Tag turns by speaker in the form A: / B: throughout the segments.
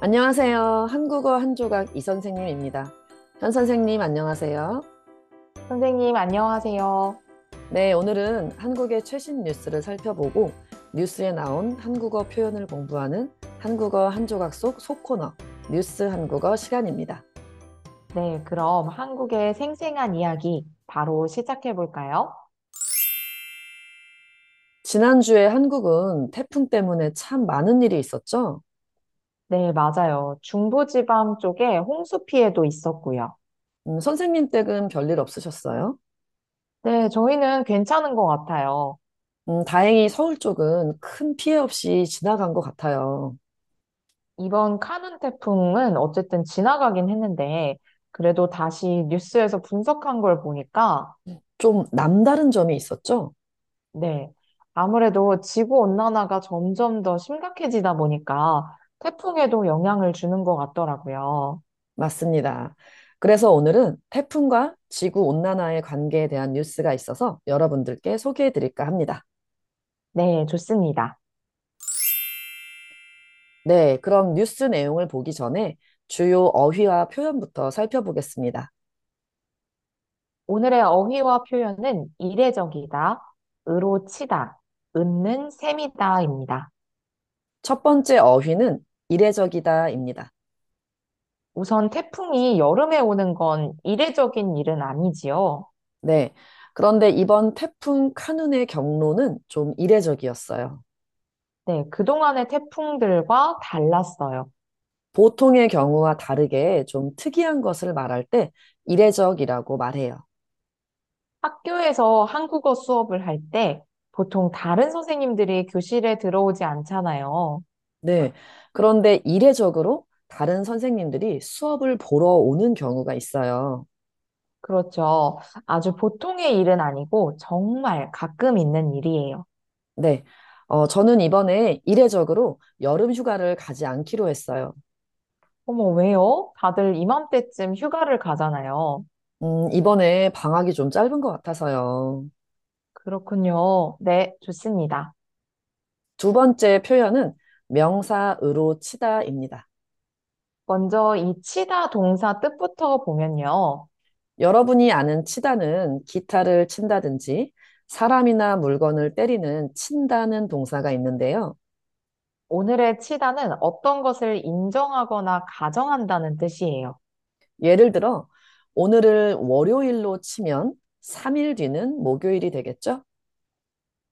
A: 안녕하세요. 한국어 한 조각 이 선생님입니다. 현 선생님 안녕하세요.
B: 선생님, 안녕하세요.
A: 네, 오늘은 한국의 최신 뉴스를 살펴보고 뉴스에 나온 한국어 표현을 공부하는 한국어 한 조각 속 소코너 뉴스 한국어 시간입니다.
B: 네, 그럼 한국의 생생한 이야기 바로 시작해 볼까요?
A: 지난주에 한국은 태풍 때문에 참 많은 일이 있었죠?
B: 네, 맞아요. 중부지방 쪽에 홍수 피해도 있었고요.
A: 음, 선생님 댁은 별일 없으셨어요?
B: 네, 저희는 괜찮은 것 같아요.
A: 음, 다행히 서울 쪽은 큰 피해 없이 지나간 것 같아요.
B: 이번 카눈 태풍은 어쨌든 지나가긴 했는데, 그래도 다시 뉴스에서 분석한 걸 보니까,
A: 좀 남다른 점이 있었죠?
B: 네, 아무래도 지구온난화가 점점 더 심각해지다 보니까 태풍에도 영향을 주는 것 같더라고요.
A: 맞습니다. 그래서 오늘은 태풍과 지구 온난화의 관계에 대한 뉴스가 있어서 여러분들께 소개해 드릴까 합니다.
B: 네, 좋습니다.
A: 네, 그럼 뉴스 내용을 보기 전에 주요 어휘와 표현부터 살펴보겠습니다.
B: 오늘의 어휘와 표현은 이례적이다, 으로 치다, 읊는 셈이다입니다.
A: 첫 번째 어휘는 이례적이다입니다.
B: 우선 태풍이 여름에 오는 건 이례적인 일은 아니지요.
A: 네. 그런데 이번 태풍 카눈의 경로는 좀 이례적이었어요.
B: 네, 그동안의 태풍들과 달랐어요.
A: 보통의 경우와 다르게 좀 특이한 것을 말할 때 이례적이라고 말해요.
B: 학교에서 한국어 수업을 할 때 보통 다른 선생님들이 교실에 들어오지 않잖아요.
A: 네. 그런데 이례적으로 다른 선생님들이 수업을 보러 오는 경우가 있어요.
B: 그렇죠. 아주 보통의 일은 아니고 정말 가끔 있는 일이에요.
A: 네. 어, 저는 이번에 이례적으로 여름 휴가를 가지 않기로 했어요.
B: 어머, 왜요? 다들 이맘때쯤 휴가를 가잖아요.
A: 음, 이번에 방학이 좀 짧은 것 같아서요.
B: 그렇군요. 네, 좋습니다.
A: 두 번째 표현은 명사으로 치다입니다.
B: 먼저 이 치다 동사 뜻부터 보면요.
A: 여러분이 아는 치다는 기타를 친다든지 사람이나 물건을 때리는 친다는 동사가 있는데요.
B: 오늘의 치다는 어떤 것을 인정하거나 가정한다는 뜻이에요.
A: 예를 들어, 오늘을 월요일로 치면 3일 뒤는 목요일이 되겠죠?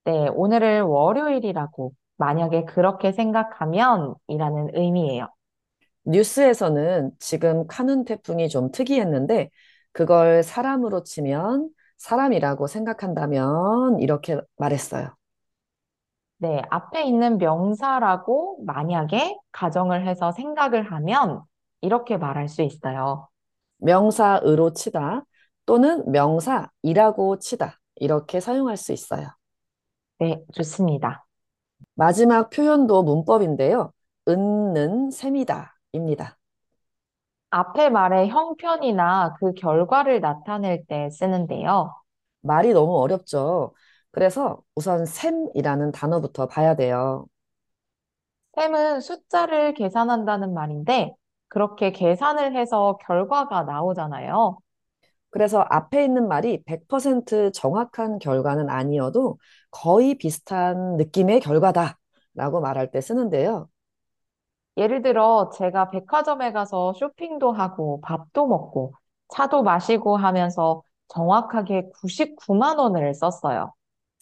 B: 네, 오늘을 월요일이라고 만약에 그렇게 생각하면 이라는 의미예요.
A: 뉴스에서는 지금 카눈 태풍이 좀 특이했는데, 그걸 사람으로 치면 사람이라고 생각한다면 이렇게 말했어요.
B: 네, 앞에 있는 명사라고 만약에 가정을 해서 생각을 하면 이렇게 말할 수 있어요.
A: 명사으로 치다 또는 명사이라고 치다 이렇게 사용할 수 있어요.
B: 네, 좋습니다.
A: 마지막 표현도 문법인데요. 은는 셈이다입니다.
B: 앞에 말의 형편이나 그 결과를 나타낼 때 쓰는데요.
A: 말이 너무 어렵죠. 그래서 우선 셈이라는 단어부터 봐야 돼요.
B: 셈은 숫자를 계산한다는 말인데, 그렇게 계산을 해서 결과가 나오잖아요.
A: 그래서 앞에 있는 말이 100% 정확한 결과는 아니어도 거의 비슷한 느낌의 결과다라고 말할 때 쓰는데요.
B: 예를 들어, 제가 백화점에 가서 쇼핑도 하고, 밥도 먹고, 차도 마시고 하면서 정확하게 99만 원을 썼어요.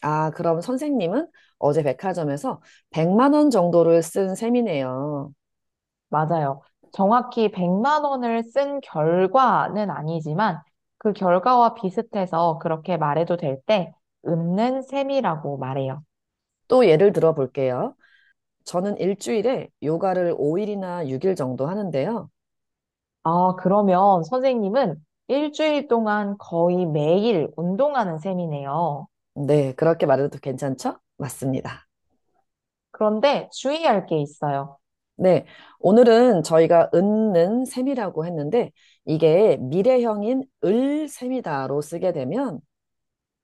A: 아, 그럼 선생님은 어제 백화점에서 100만 원 정도를 쓴 셈이네요.
B: 맞아요. 정확히 100만 원을 쓴 결과는 아니지만, 그 결과와 비슷해서 그렇게 말해도 될 때, 읊는 셈이라고 말해요.
A: 또 예를 들어 볼게요. 저는 일주일에 요가를 5일이나 6일 정도 하는데요.
B: 아, 그러면 선생님은 일주일 동안 거의 매일 운동하는 셈이네요.
A: 네, 그렇게 말해도 괜찮죠? 맞습니다.
B: 그런데 주의할 게 있어요.
A: 네, 오늘은 저희가 은는 셈이라고 했는데 이게 미래형인 을 셈이다로 쓰게 되면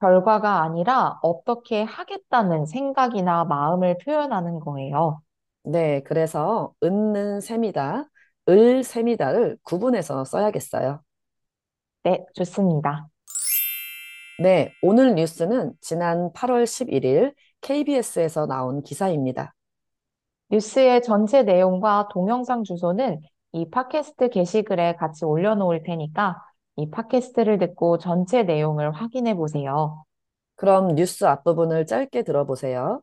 B: 결과가 아니라 어떻게 하겠다는 생각이나 마음을 표현하는 거예요.
A: 네, 그래서 은는 셈이다, 을 셈이다를 구분해서 써야겠어요.
B: 네, 좋습니다.
A: 네, 오늘 뉴스는 지난 8월 11일 KBS에서 나온 기사입니다.
B: 뉴스의 전체 내용과 동영상 주소는 이 팟캐스트 게시글에 같이 올려놓을 테니까 이 팟캐스트를 듣고 전체 내용을 확인해 보세요.
A: 그럼 뉴스 앞부분을 짧게 들어보세요.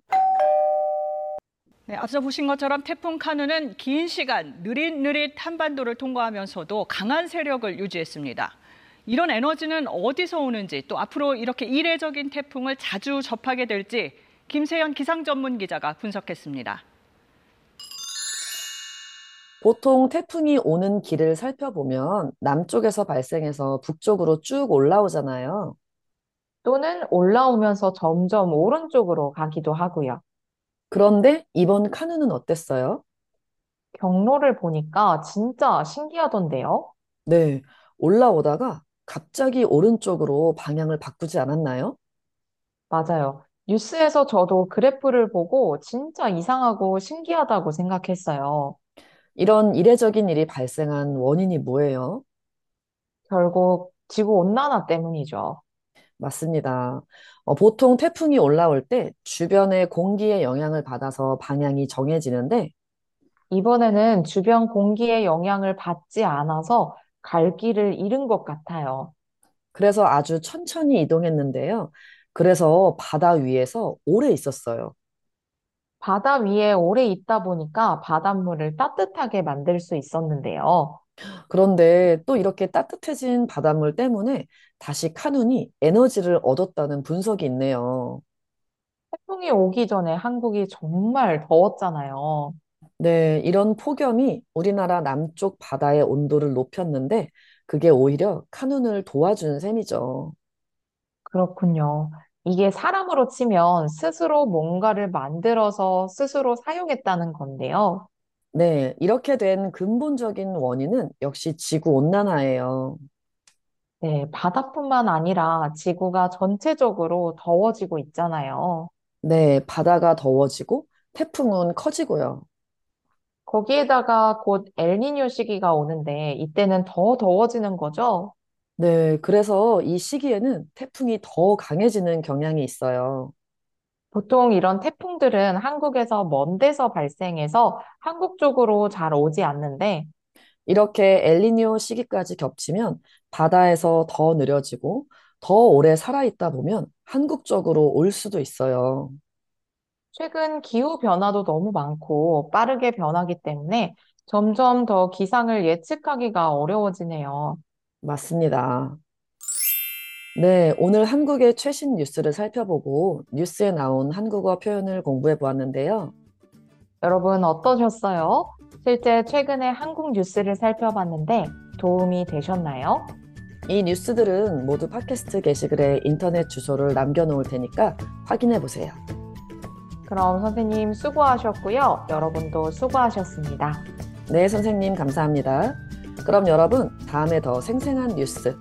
C: 네, 앞서 보신 것처럼 태풍 카누는 긴 시간 느릿느릿 한반도를 통과하면서도 강한 세력을 유지했습니다. 이런 에너지는 어디서 오는지 또 앞으로 이렇게 이례적인 태풍을 자주 접하게 될지 김세현 기상 전문 기자가 분석했습니다.
A: 보통 태풍이 오는 길을 살펴보면 남쪽에서 발생해서 북쪽으로 쭉 올라오잖아요.
B: 또는 올라오면서 점점 오른쪽으로 가기도 하고요.
A: 그런데 이번 카누는 어땠어요?
B: 경로를 보니까 진짜 신기하던데요.
A: 네, 올라오다가 갑자기 오른쪽으로 방향을 바꾸지 않았나요?
B: 맞아요. 뉴스에서 저도 그래프를 보고 진짜 이상하고 신기하다고 생각했어요.
A: 이런 이례적인 일이 발생한 원인이 뭐예요?
B: 결국 지구온난화 때문이죠.
A: 맞습니다. 어, 보통 태풍이 올라올 때 주변의 공기의 영향을 받아서 방향이 정해지는데,
B: 이번에는 주변 공기의 영향을 받지 않아서 갈 길을 잃은 것 같아요.
A: 그래서 아주 천천히 이동했는데요. 그래서 바다 위에서 오래 있었어요.
B: 바다 위에 오래 있다 보니까 바닷물을 따뜻하게 만들 수 있었는데요.
A: 그런데 또 이렇게 따뜻해진 바닷물 때문에 다시 카눈이 에너지를 얻었다는 분석이 있네요.
B: 태풍이 오기 전에 한국이 정말 더웠잖아요.
A: 네, 이런 폭염이 우리나라 남쪽 바다의 온도를 높였는데 그게 오히려 카눈을 도와준 셈이죠.
B: 그렇군요. 이게 사람으로 치면 스스로 뭔가를 만들어서 스스로 사용했다는 건데요.
A: 네, 이렇게 된 근본적인 원인은 역시 지구 온난화예요.
B: 네, 바다뿐만 아니라 지구가 전체적으로 더워지고 있잖아요.
A: 네, 바다가 더워지고 태풍은 커지고요.
B: 거기에다가 곧 엘니뇨 시기가 오는데 이때는 더 더워지는 거죠?
A: 네, 그래서 이 시기에는 태풍이 더 강해지는 경향이 있어요.
B: 보통 이런 태풍들은 한국에서 먼 데서 발생해서 한국 쪽으로 잘 오지 않는데
A: 이렇게 엘니뇨 시기까지 겹치면 바다에서 더 느려지고 더 오래 살아있다 보면 한국 쪽으로 올 수도 있어요.
B: 최근 기후 변화도 너무 많고 빠르게 변하기 때문에 점점 더 기상을 예측하기가 어려워지네요.
A: 맞습니다. 네, 오늘 한국의 최신 뉴스를 살펴보고 뉴스에 나온 한국어 표현을 공부해 보았는데요.
B: 여러분 어떠셨어요? 실제 최근에 한국 뉴스를 살펴봤는데 도움이 되셨나요?
A: 이 뉴스들은 모두 팟캐스트 게시글에 인터넷 주소를 남겨놓을 테니까 확인해 보세요.
B: 그럼 선생님 수고하셨고요. 여러분도 수고하셨습니다.
A: 네, 선생님 감사합니다. 그럼 여러분 다음에 더 생생한 뉴스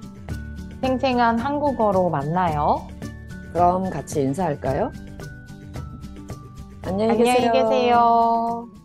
B: 생생한 한국어로 만나요.
A: 그럼 같이 인사할까요? 안녕히
B: 안녕히
A: 계세요.
B: 계세요.